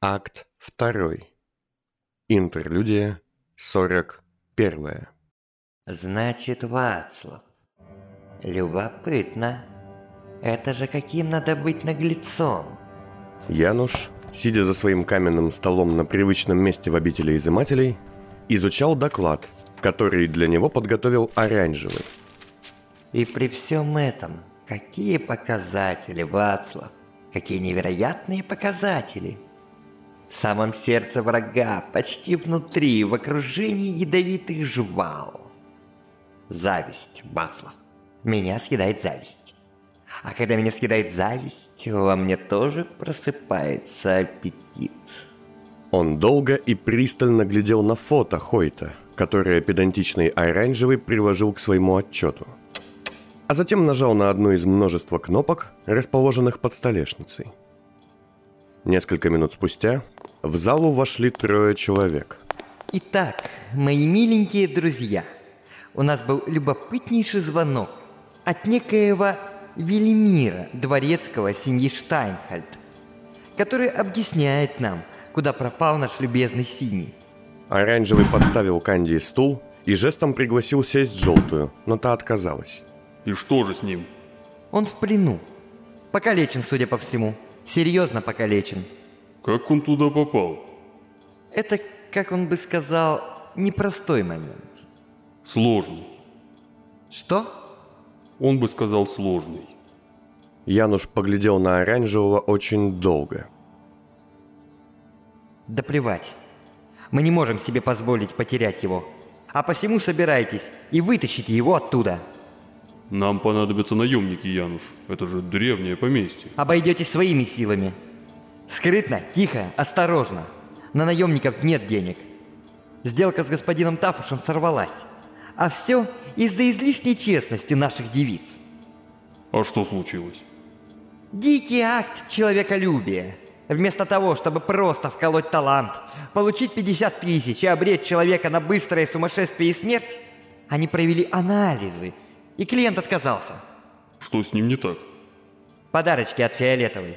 Акт второй. Интерлюдия сорок первая. Значит, Вацлав. Любопытно. Это же каким надо быть наглецом. Януш, сидя за своим каменным столом на привычном месте в обители изымателей, изучал доклад, который для него подготовил Оранжевый. И при всем этом, какие показатели, Вацлав? Какие невероятные показатели! В самом сердце врага, почти внутри, в окружении ядовитых жвал. Зависть, Вацлав. Меня съедает зависть. А когда меня съедает зависть, во мне тоже просыпается аппетит. Он долго и пристально глядел на фото Хойта, которое педантичный Оранжевый приложил к своему отчету. А затем нажал на одну из множества кнопок, расположенных под столешницей. Несколько минут спустя в залу вошли трое человек. Итак, мои миленькие друзья, у нас был любопытнейший звонок от некоего Велимира, дворецкого семьи Штайнхальд, который объясняет нам, куда пропал наш любезный Синий. Оранжевый подставил Канди стул и жестом пригласил сесть желтую, но та отказалась. И что же с ним? Он в плену. Покалечен, судя по всему. Серьезно покалечен. Как он туда попал? Это, как он бы сказал, непростой момент. Сложный. Что? Он бы сказал сложный. Януш поглядел на Оранжевого очень долго. Да плевать. Мы не можем себе позволить потерять его. А посему собирайтесь и вытащите его оттуда. Нам понадобятся наемники, Януш. Это же древнее поместье. Обойдетесь своими силами. Скрытно, тихо, осторожно. На наемников нет денег. Сделка с господином Тафушем сорвалась. А все из-за излишней честности наших девиц. А что случилось? Дикий акт человеколюбия. Вместо того, чтобы просто вколоть талант, получить 50 тысяч и обречь человека на быстрое сумасшествие и смерть, они провели анализы, и клиент отказался. Что с ним не так? Подарочки от Фиолетовой.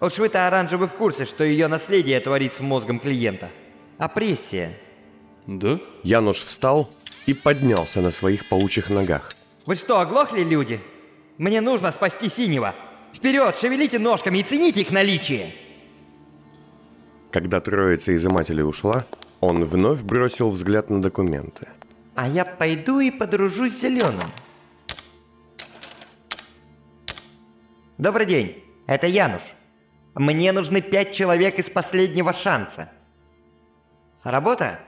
Уж вы-то оранжевый в курсе, что ее наследие творит с мозгом клиента. А Опрессия. Да? Януш встал и поднялся на своих паучьих ногах. Вы что, оглохли, люди? Мне нужно спасти синего. Вперед, шевелите ножками и цените их наличие. Когда троица изымателей ушла, он вновь бросил взгляд на документы. А я пойду и подружусь с зеленым. Добрый день, это Януш. Мне нужны пять человек из последнего шанса. Работа?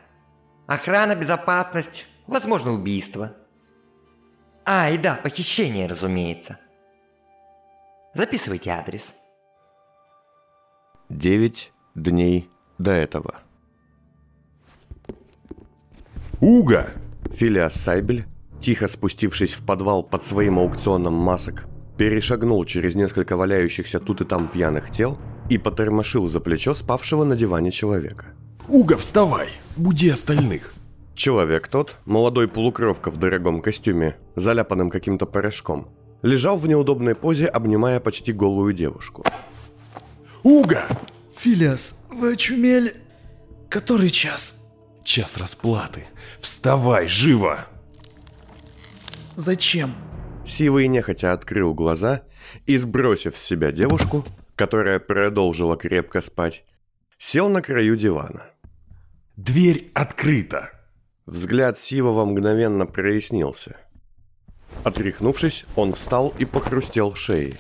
Охрана, безопасность, возможно, убийство. А, и да, похищение, разумеется. Записывайте адрес. Девять дней до этого. Уга! Филиас Сайбель, тихо спустившись в подвал под своим аукционом масок, перешагнул через несколько валяющихся тут и там пьяных тел и потормошил за плечо спавшего на диване человека. Уга, вставай! Буди остальных! Человек тот, молодой полукровка в дорогом костюме, заляпанным каким-то порошком, лежал в неудобной позе, обнимая почти голую девушку. Уга! Филиас, вы очумели? Который час? Час расплаты. Вставай, живо! Зачем? Сивый нехотя открыл глаза и, сбросив с себя девушку, которая продолжила крепко спать, сел на краю дивана. Дверь открыта! Взгляд Сивого мгновенно прояснился. Отряхнувшись, он встал и похрустел шеей.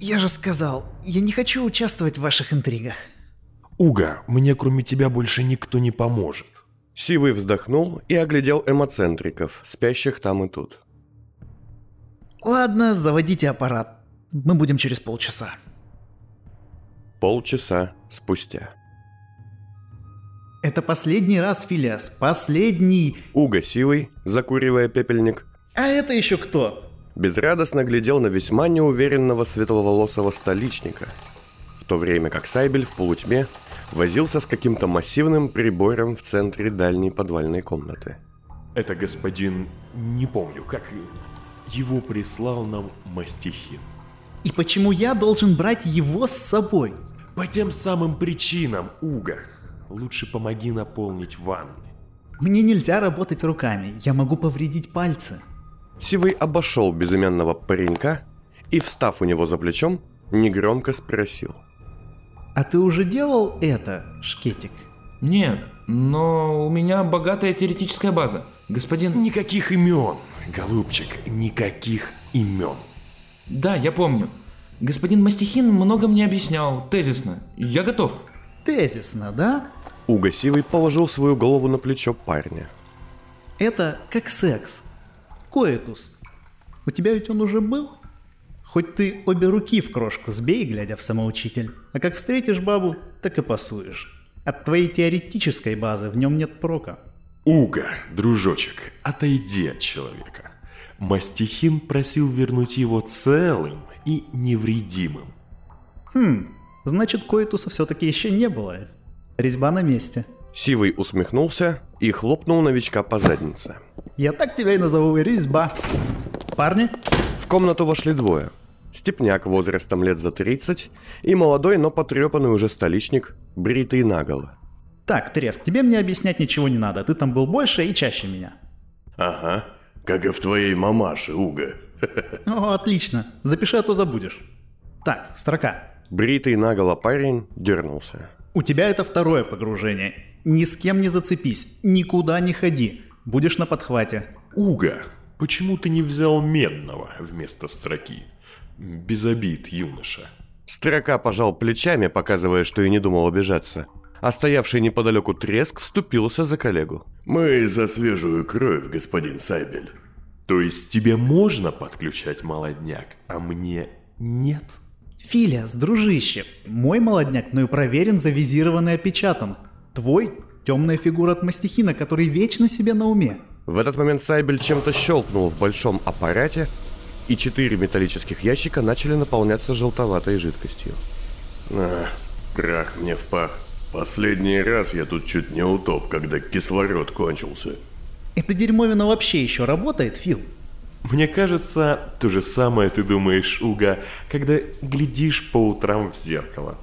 Я же сказал, я не хочу участвовать в ваших интригах. Уга, мне кроме тебя больше никто не поможет. Сивый вздохнул и оглядел эмоцентриков, спящих там и тут. Ладно, заводите аппарат. Мы будем через полчаса. Полчаса спустя. Это последний раз, Филиас, последний. Уга Сивый, закуривая пепельник, А это еще кто? безрадостно глядел на весьма неуверенного светловолосого столичника, в то время как Сайбель в полутьме возился с каким-то массивным прибором в центре дальней подвальной комнаты. Это господин... не помню, как... Его прислал нам Мастихин. И почему я должен брать его с собой? По тем самым причинам, Уга. Лучше помоги наполнить ванны. Мне нельзя работать руками, я могу повредить пальцы. Сивый обошел безымянного паренька и, встав у него за плечом, негромко спросил. А ты уже делал это, Шкетик? Нет, но у меня богатая теоретическая база. Господин... Никаких имен, голубчик, никаких имен. Да, я помню. Господин Мастихин много мне объяснял, тезисно. Я готов. Тезисно, да? Уга Сивый положил свою голову на плечо парня. Это как секс. Коэтус. У тебя ведь он уже был? Хоть ты обе руки в крошку сбей, глядя в самоучитель, а как встретишь бабу, так и пасуешь. От твоей теоретической базы в нем нет прока. Уга, дружочек, отойди от человека. Мастихин просил вернуть его целым и невредимым. Хм, Значит, Коэтуса все-таки еще не было. Резьба на месте. Сивый усмехнулся и хлопнул новичка по заднице. Я так тебя и назову, резьба. Парни, В комнату вошли двое. Степняк возрастом лет за 30 и молодой, но потрепанный уже столичник, бритый наголо. так, Треск, тебе мне объяснять ничего не надо, ты там был больше и чаще меня. Ага, как и в твоей мамаше, Уга. О, отлично, запиши, а то забудешь. Так, строка. Бритый наголо парень дернулся. У тебя это второе погружение. Ни с кем не зацепись, никуда не ходи. Будешь на подхвате. Уга, почему ты не взял медного вместо строки? Без обид, юноша. Строка пожал плечами, показывая, что и не думал обижаться. А стоявший неподалеку треск вступился за коллегу. Мы за свежую кровь, господин Сайбель. То есть тебе можно подключать молодняк, а мне нет? Филиас, дружище, мой молодняк, ну и проверен, завизирован и опечатан. Твой – темная фигура от мастихина, который вечно себе на уме. В этот момент Сайбель чем-то щелкнул в большом аппарате, и четыре металлических ящика начали наполняться желтоватой жидкостью. А, крах мне в пах. Последний раз я тут чуть не утоп, когда кислород кончился. Это дерьмовина вообще еще работает, Фил? Мне кажется, то же самое ты думаешь, Уга, когда глядишь по утрам в зеркало.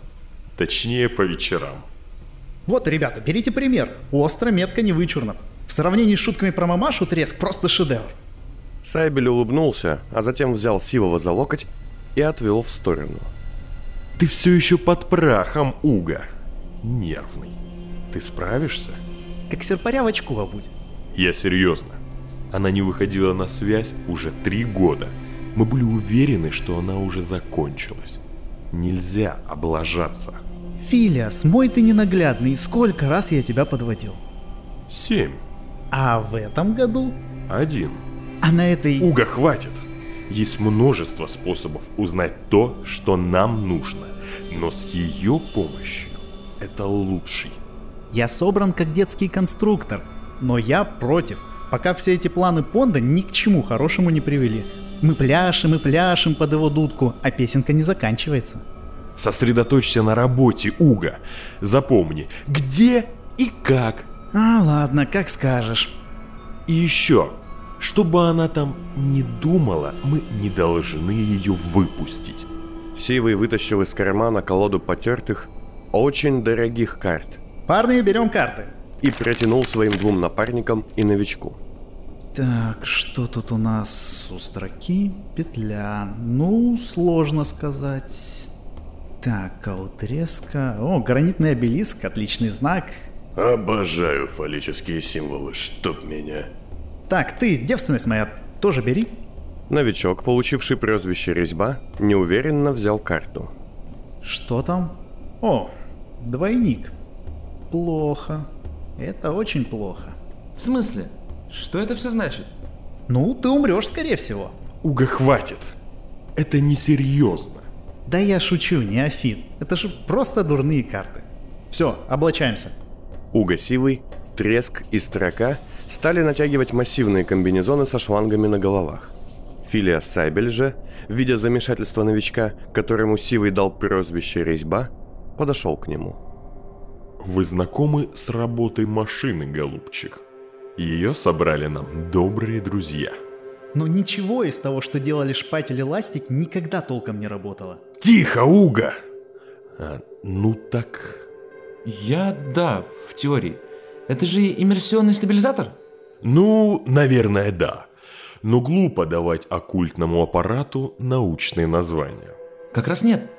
Точнее, по вечерам. Вот, ребята, берите пример. Остро, метко, не вычурно. В сравнении с шутками про мамашу треск просто шедевр. Сайбель улыбнулся, а затем взял Сивова за локоть и отвел в сторону. Ты все еще под прахом, Уга. Нервный. Ты справишься? Как серпаря в очку обуть. Я серьезно. Она не выходила на связь уже три года. Мы были уверены, что она уже закончилась. Нельзя облажаться. Филиас, мой ты ненаглядный, сколько раз я тебя подводил. Семь. А в этом году? Один. А на этой... Уга, хватит! Есть множество способов узнать то, что нам нужно. Но с ее помощью это лучший. Я собран как детский конструктор, но я против, пока все эти планы Понда ни к чему хорошему не привели. Мы пляшем и пляшем под его дудку, а песенка не заканчивается. Сосредоточься на работе, Уга. Запомни, где и как. А, ладно, как скажешь. И еще, чтобы она там не думала, мы не должны ее выпустить. Сивый вытащил из кармана колоду потертых, очень дорогих карт Парни, берем карты. и протянул своим двум напарникам и новичку. Так, что тут у нас у строки? Петля. Ну, сложно сказать. Так, а у треска... О, гранитный обелиск, отличный знак. Обожаю фаллические символы, чтоб меня. Так, ты, девственность моя, тоже бери. Новичок, получивший прозвище «Резьба», неуверенно взял карту. Что там? О, двойник. Плохо. Это очень плохо. В смысле? Что это все значит? Ну, ты умрешь, скорее всего. Уга, хватит. Это несерьезно. Да я шучу, не Афит. Это же просто дурные карты. Все, облачаемся. Уга Сивый, Треск и Строка стали натягивать массивные комбинезоны со шлангами на головах. Филиас Сайбель же, видя замешательство новичка, которому Сивый дал прозвище «Резьба», подошел к нему. Вы знакомы с работой машины, голубчик? Ее собрали нам добрые друзья. Но ничего из того, что делали шпатель и ластик, никогда толком не работало. Тихо, Уга! А, ну так. Я да, в теории. Это же иммерсионный стабилизатор? Ну, наверное, да. Но глупо давать оккультному аппарату научные названия. Как раз нет.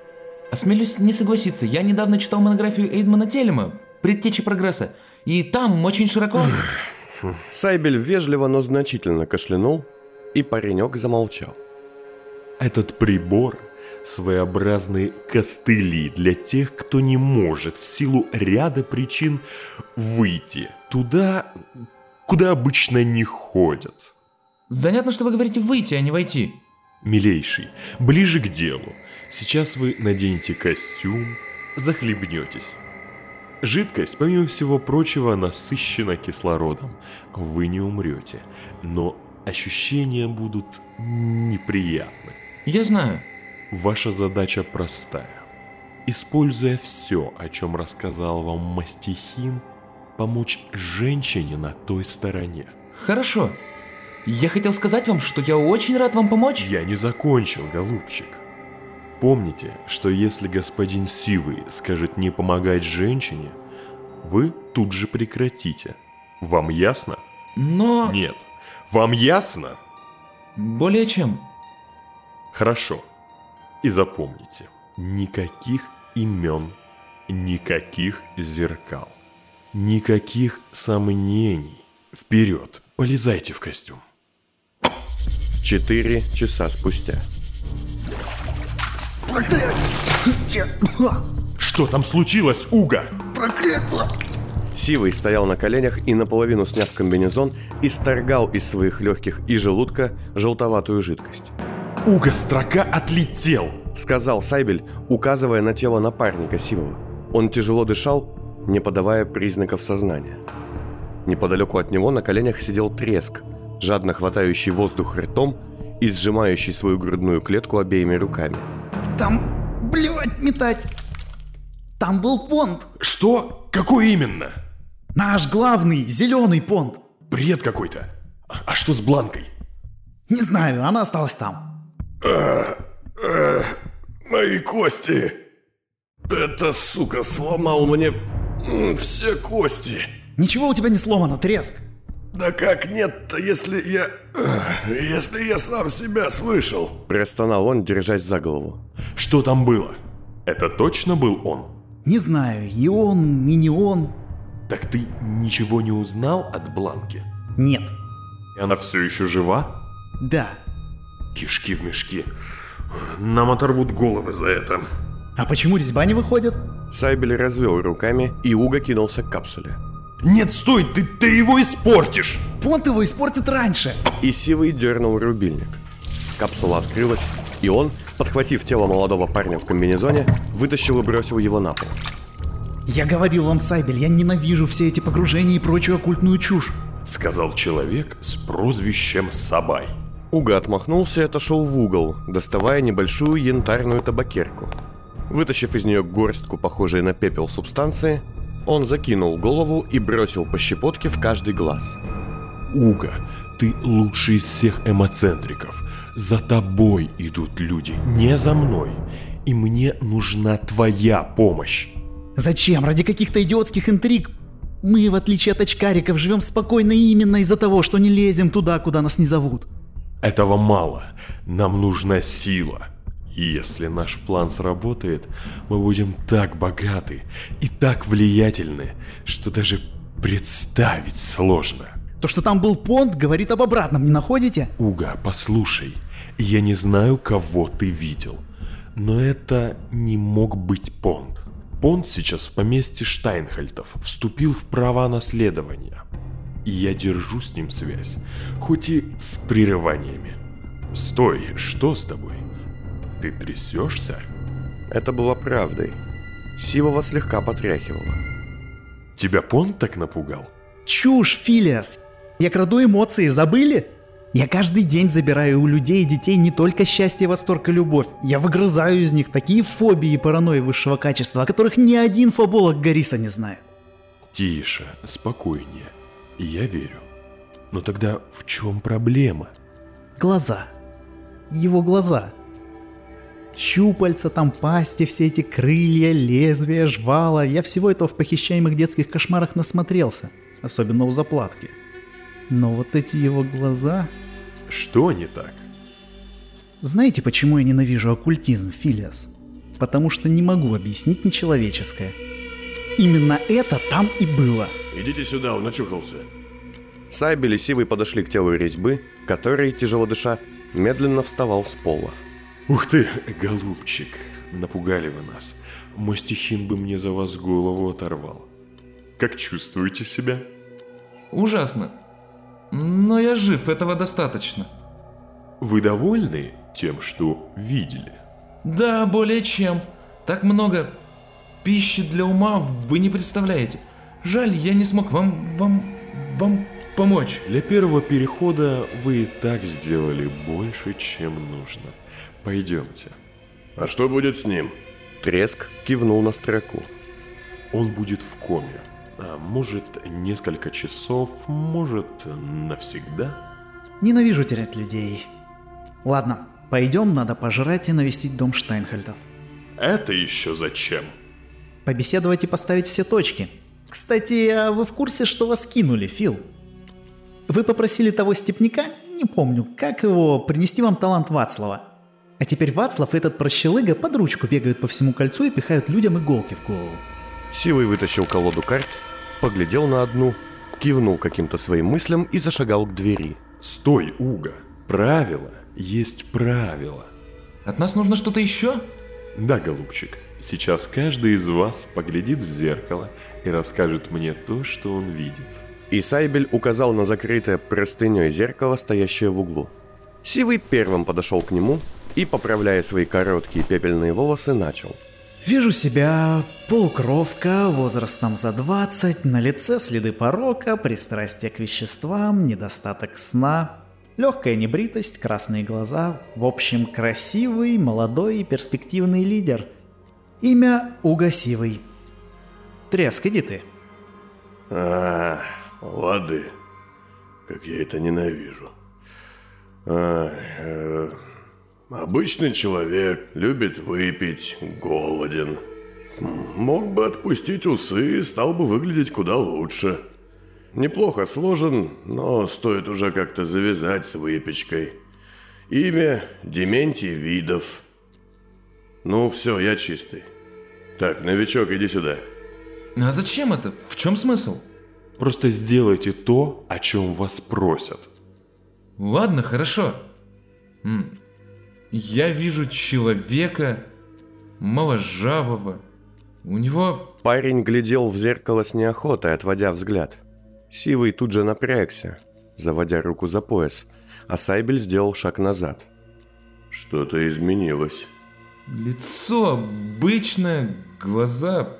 Осмелюсь не согласиться, я недавно читал монографию Эйдмана Телема «Предтечи прогресса», и там очень широко... Сайбель вежливо, но значительно кашлянул, и паренек замолчал. Этот прибор – своеобразные костыли для тех, кто не может в силу ряда причин выйти туда, куда обычно не ходят. Занятно, что вы говорите «выйти», а не «войти». Милейший, ближе к делу. Сейчас вы наденете костюм, захлебнетесь. Жидкость, помимо всего прочего, насыщена кислородом. Вы не умрете, но ощущения будут неприятны. Я знаю. Ваша задача простая. Используя все, о чем рассказал вам Мастихин, помочь женщине на той стороне. Хорошо. Я хотел сказать вам, что я очень рад вам помочь. Я не закончил, голубчик. Помните, что если господин Сивый скажет не помогать женщине, вы тут же прекратите. Вам ясно? Но... Нет. Вам ясно? Более чем. Хорошо. И запомните, никаких имен, никаких зеркал, никаких сомнений. Вперед, полезайте в костюм. Четыре часа спустя. Что там случилось, Уга? Сивый стоял на коленях и, наполовину сняв комбинезон, исторгал из своих легких и желудка желтоватую жидкость. Уга строка отлетел! Сказал Сайбель, указывая на тело напарника Сивова. Он тяжело дышал, не подавая признаков сознания. Неподалеку от него на коленях сидел треск, жадно хватающий воздух ртом и сжимающий свою грудную клетку обеими руками. Там, блевать, метать. Там был понт. Что? Какой именно? Наш главный зеленый понт. Бред какой-то. А а что с бланкой? Не знаю, она осталась там. Мои кости! Эта сука сломал мне м, все кости. Ничего у тебя не сломано, треск. Да как нет-то, если я... эх, Если я сам себя слышал? Простонал он, держась за голову. Что там было? Это точно был он? Не знаю, и он, и не он. Так ты ничего не узнал от бланки? Нет. И она все еще жива? Да. Кишки в мешки. Нам оторвут головы за это. А почему резьба не выходит? Сайбель развел руками, и Уга кинулся к капсуле. Нет, стой, ты, ты его испортишь! Понт его испортит раньше. И Сивый дернул рубильник. Капсула открылась, и он, подхватив тело молодого парня в комбинезоне, вытащил и бросил его на пол. Я говорил вам, Сайбель, я ненавижу все эти погружения и прочую оккультную чушь. Сказал человек с прозвищем Сабай. Уга отмахнулся и отошел в угол, доставая небольшую янтарную табакерку. Вытащив из нее горстку, похожей на пепел субстанции, он закинул голову и бросил по щепотке в каждый глаз. Уга, ты лучший из всех эмоцентриков. За тобой идут люди, не за мной. И мне нужна твоя помощь. Зачем? Ради каких-то идиотских интриг? Мы, в отличие от очкариков, живем спокойно именно из-за того, что не лезем туда, куда нас не зовут. Этого мало. Нам нужна сила. И Если наш план сработает, мы будем так богаты и так влиятельны, что даже представить сложно. То, что там был понт, говорит об обратном, не находите? Уга, послушай, я не знаю, кого ты видел, но это не мог быть Понт. Понт сейчас в поместье Штайнхальтов, вступил в права наследования. И я держу с ним связь, хоть и с прерываниями. Стой, что с тобой? Ты трясешься? Это было правдой. Сивова слегка потряхивала. Тебя Понт так напугал? Чушь, Филиас! Я краду эмоции, забыли? Я каждый день забираю у людей и детей не только счастье, восторг и любовь. Я выгрызаю из них такие фобии и паранойи высшего качества, о которых ни один фоболог Гориса не знает. Тише, спокойнее. Я верю. Но тогда в чем проблема? Глаза. Его глаза. Щупальца, там пасти, все эти крылья, лезвия, жвала. Я всего этого в похищаемых детских кошмарах насмотрелся. Особенно у заплатки. Но вот эти его глаза... Что не так? Знаете, почему я ненавижу оккультизм, Филиас? Потому что не могу объяснить нечеловеческое. Именно это там и было. Идите сюда, он очухался. Сайбель и Сивый подошли к телу резьбы, который, тяжело дыша, медленно вставал с пола. Ух ты, голубчик, напугали вы нас. Мой стихин бы мне за вас голову оторвал. Как чувствуете себя? Ужасно. Но я жив, этого достаточно. Вы довольны тем, что видели? Да, более чем. Так много пищи для ума вы не представляете. Жаль, я не смог вам, вам, вам помочь. Для первого перехода вы и так сделали больше, чем нужно. Пойдемте. А что будет с ним? Треск кивнул на строку. Он будет в коме. А может, несколько часов, может, навсегда? Ненавижу терять людей. Ладно, пойдем, надо пожрать и навестить дом Штайнхальдов. Это еще зачем? Побеседовать и поставить все точки. Кстати, а вы в курсе, что вас кинули, Фил? Вы попросили того степняка, не помню, как его, принести вам талант Вацлава. А теперь Вацлав и этот прощелыга под ручку бегают по всему кольцу и пихают людям иголки в голову. Сивый вытащил колоду карт, поглядел на одну, кивнул каким-то своим мыслям и зашагал к двери. Стой, Уга. Правило есть правило. От нас нужно что-то еще? Да, голубчик, сейчас каждый из вас поглядит в зеркало и расскажет мне то, что он видит. И Сайбель указал на закрытое простыней зеркало, стоящее в углу. Сивый первым подошел к нему и, поправляя свои короткие пепельные волосы, начал. Вижу себя, полукровка, возрастом за 20, на лице следы порока, пристрастие к веществам, недостаток сна, легкая небритость, красные глаза, в общем, красивый, молодой и перспективный лидер. Имя Угасивый. Треск, иди ты. А, лады. Как я это ненавижу. А, э, обычный человек любит выпить, голоден. М, Мог бы отпустить усы и стал бы выглядеть куда лучше. Неплохо сложен, но стоит уже как-то завязать с выпечкой. Имя Дементий Видов. Ну все, я чистый. Так, новичок, иди сюда. А зачем это? В чем смысл? Просто сделайте то, о чем вас просят. Ладно, хорошо. М, Я вижу человека моложавого. У него... Парень глядел в зеркало с неохотой, отводя взгляд. Сивый тут же напрягся, заводя руку за пояс, а Сайбель сделал шаг назад. Что-то изменилось. Лицо обычное, глаза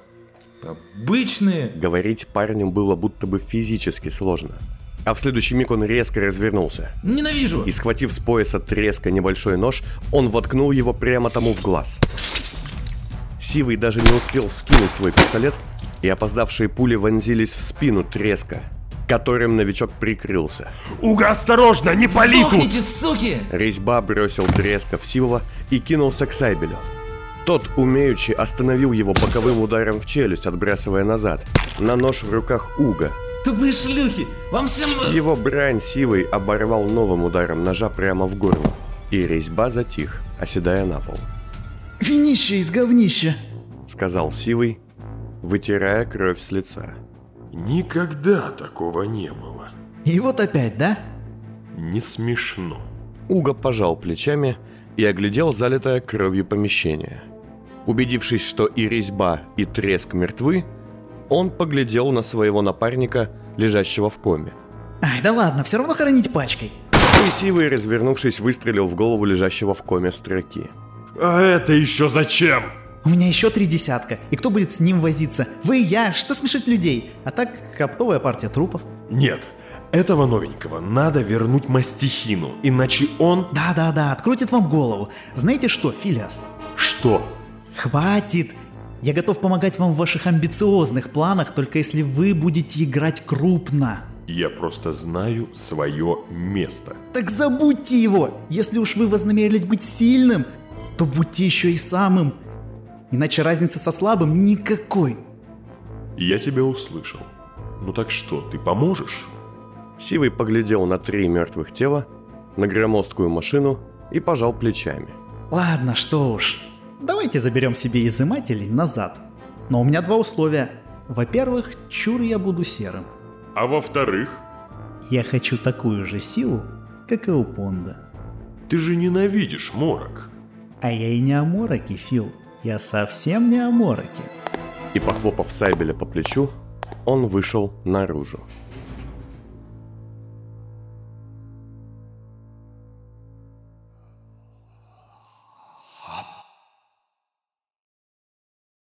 обычные. Говорить парню было будто бы физически сложно. А в следующий миг он резко развернулся. Ненавижу! И схватив с пояса треска небольшой нож, он воткнул его прямо тому в глаз. Сивый даже не успел вскинуть свой пистолет, и опоздавшие пули вонзились в спину треска, которым новичок прикрылся. Уга, осторожно, не пали Сдохните, суки! Резьба бросил треска в Сивова и кинулся к Сайбелю. Тот, умеючи, остановил его боковым ударом в челюсть, отбрасывая назад, на нож в руках Уга. Тупые шлюхи! Вам всем... э, Его брань Сивой оборвал новым ударом ножа прямо в горло, и резьба затих, оседая на пол. Винище из говнища. — сказал Сивый, вытирая кровь с лица. Никогда такого не было. И вот опять, да? Не смешно. Уго пожал плечами и оглядел залитое кровью помещение. Убедившись, что и резьба, и треск мертвы, он поглядел на своего напарника, лежащего в коме. Ай, да ладно, все равно хоронить пачкой. И Сивый, развернувшись, выстрелил в голову лежащего в коме строки. А это еще зачем? У меня еще три десятка. И кто будет с ним возиться? Вы, я, что смешит людей? А так, коптовая партия трупов. Нет, этого новенького надо вернуть мастихину, иначе он... Да-да-да, открутит вам голову. Знаете что, Филиас? Что? Хватит! Я готов помогать вам в ваших амбициозных планах, только если вы будете играть крупно. Я просто знаю свое место. Так забудьте его! Если уж вы вознамерились быть сильным, то будьте еще и самым. Иначе разницы со слабым никакой. Я тебя услышал. Ну так что, ты поможешь? Сивый поглядел на три мертвых тела, на громоздкую машину и пожал плечами. Ладно, что уж. Давайте заберем себе изымателей назад. Но у меня два условия. Во-первых, чур я буду серым. А во-вторых, Я хочу такую же силу, как и у Понда. ты же ненавидишь морок. А я и не о мороке, Фил. Я совсем не о мороке. И похлопав Сайбеля по плечу, он вышел наружу.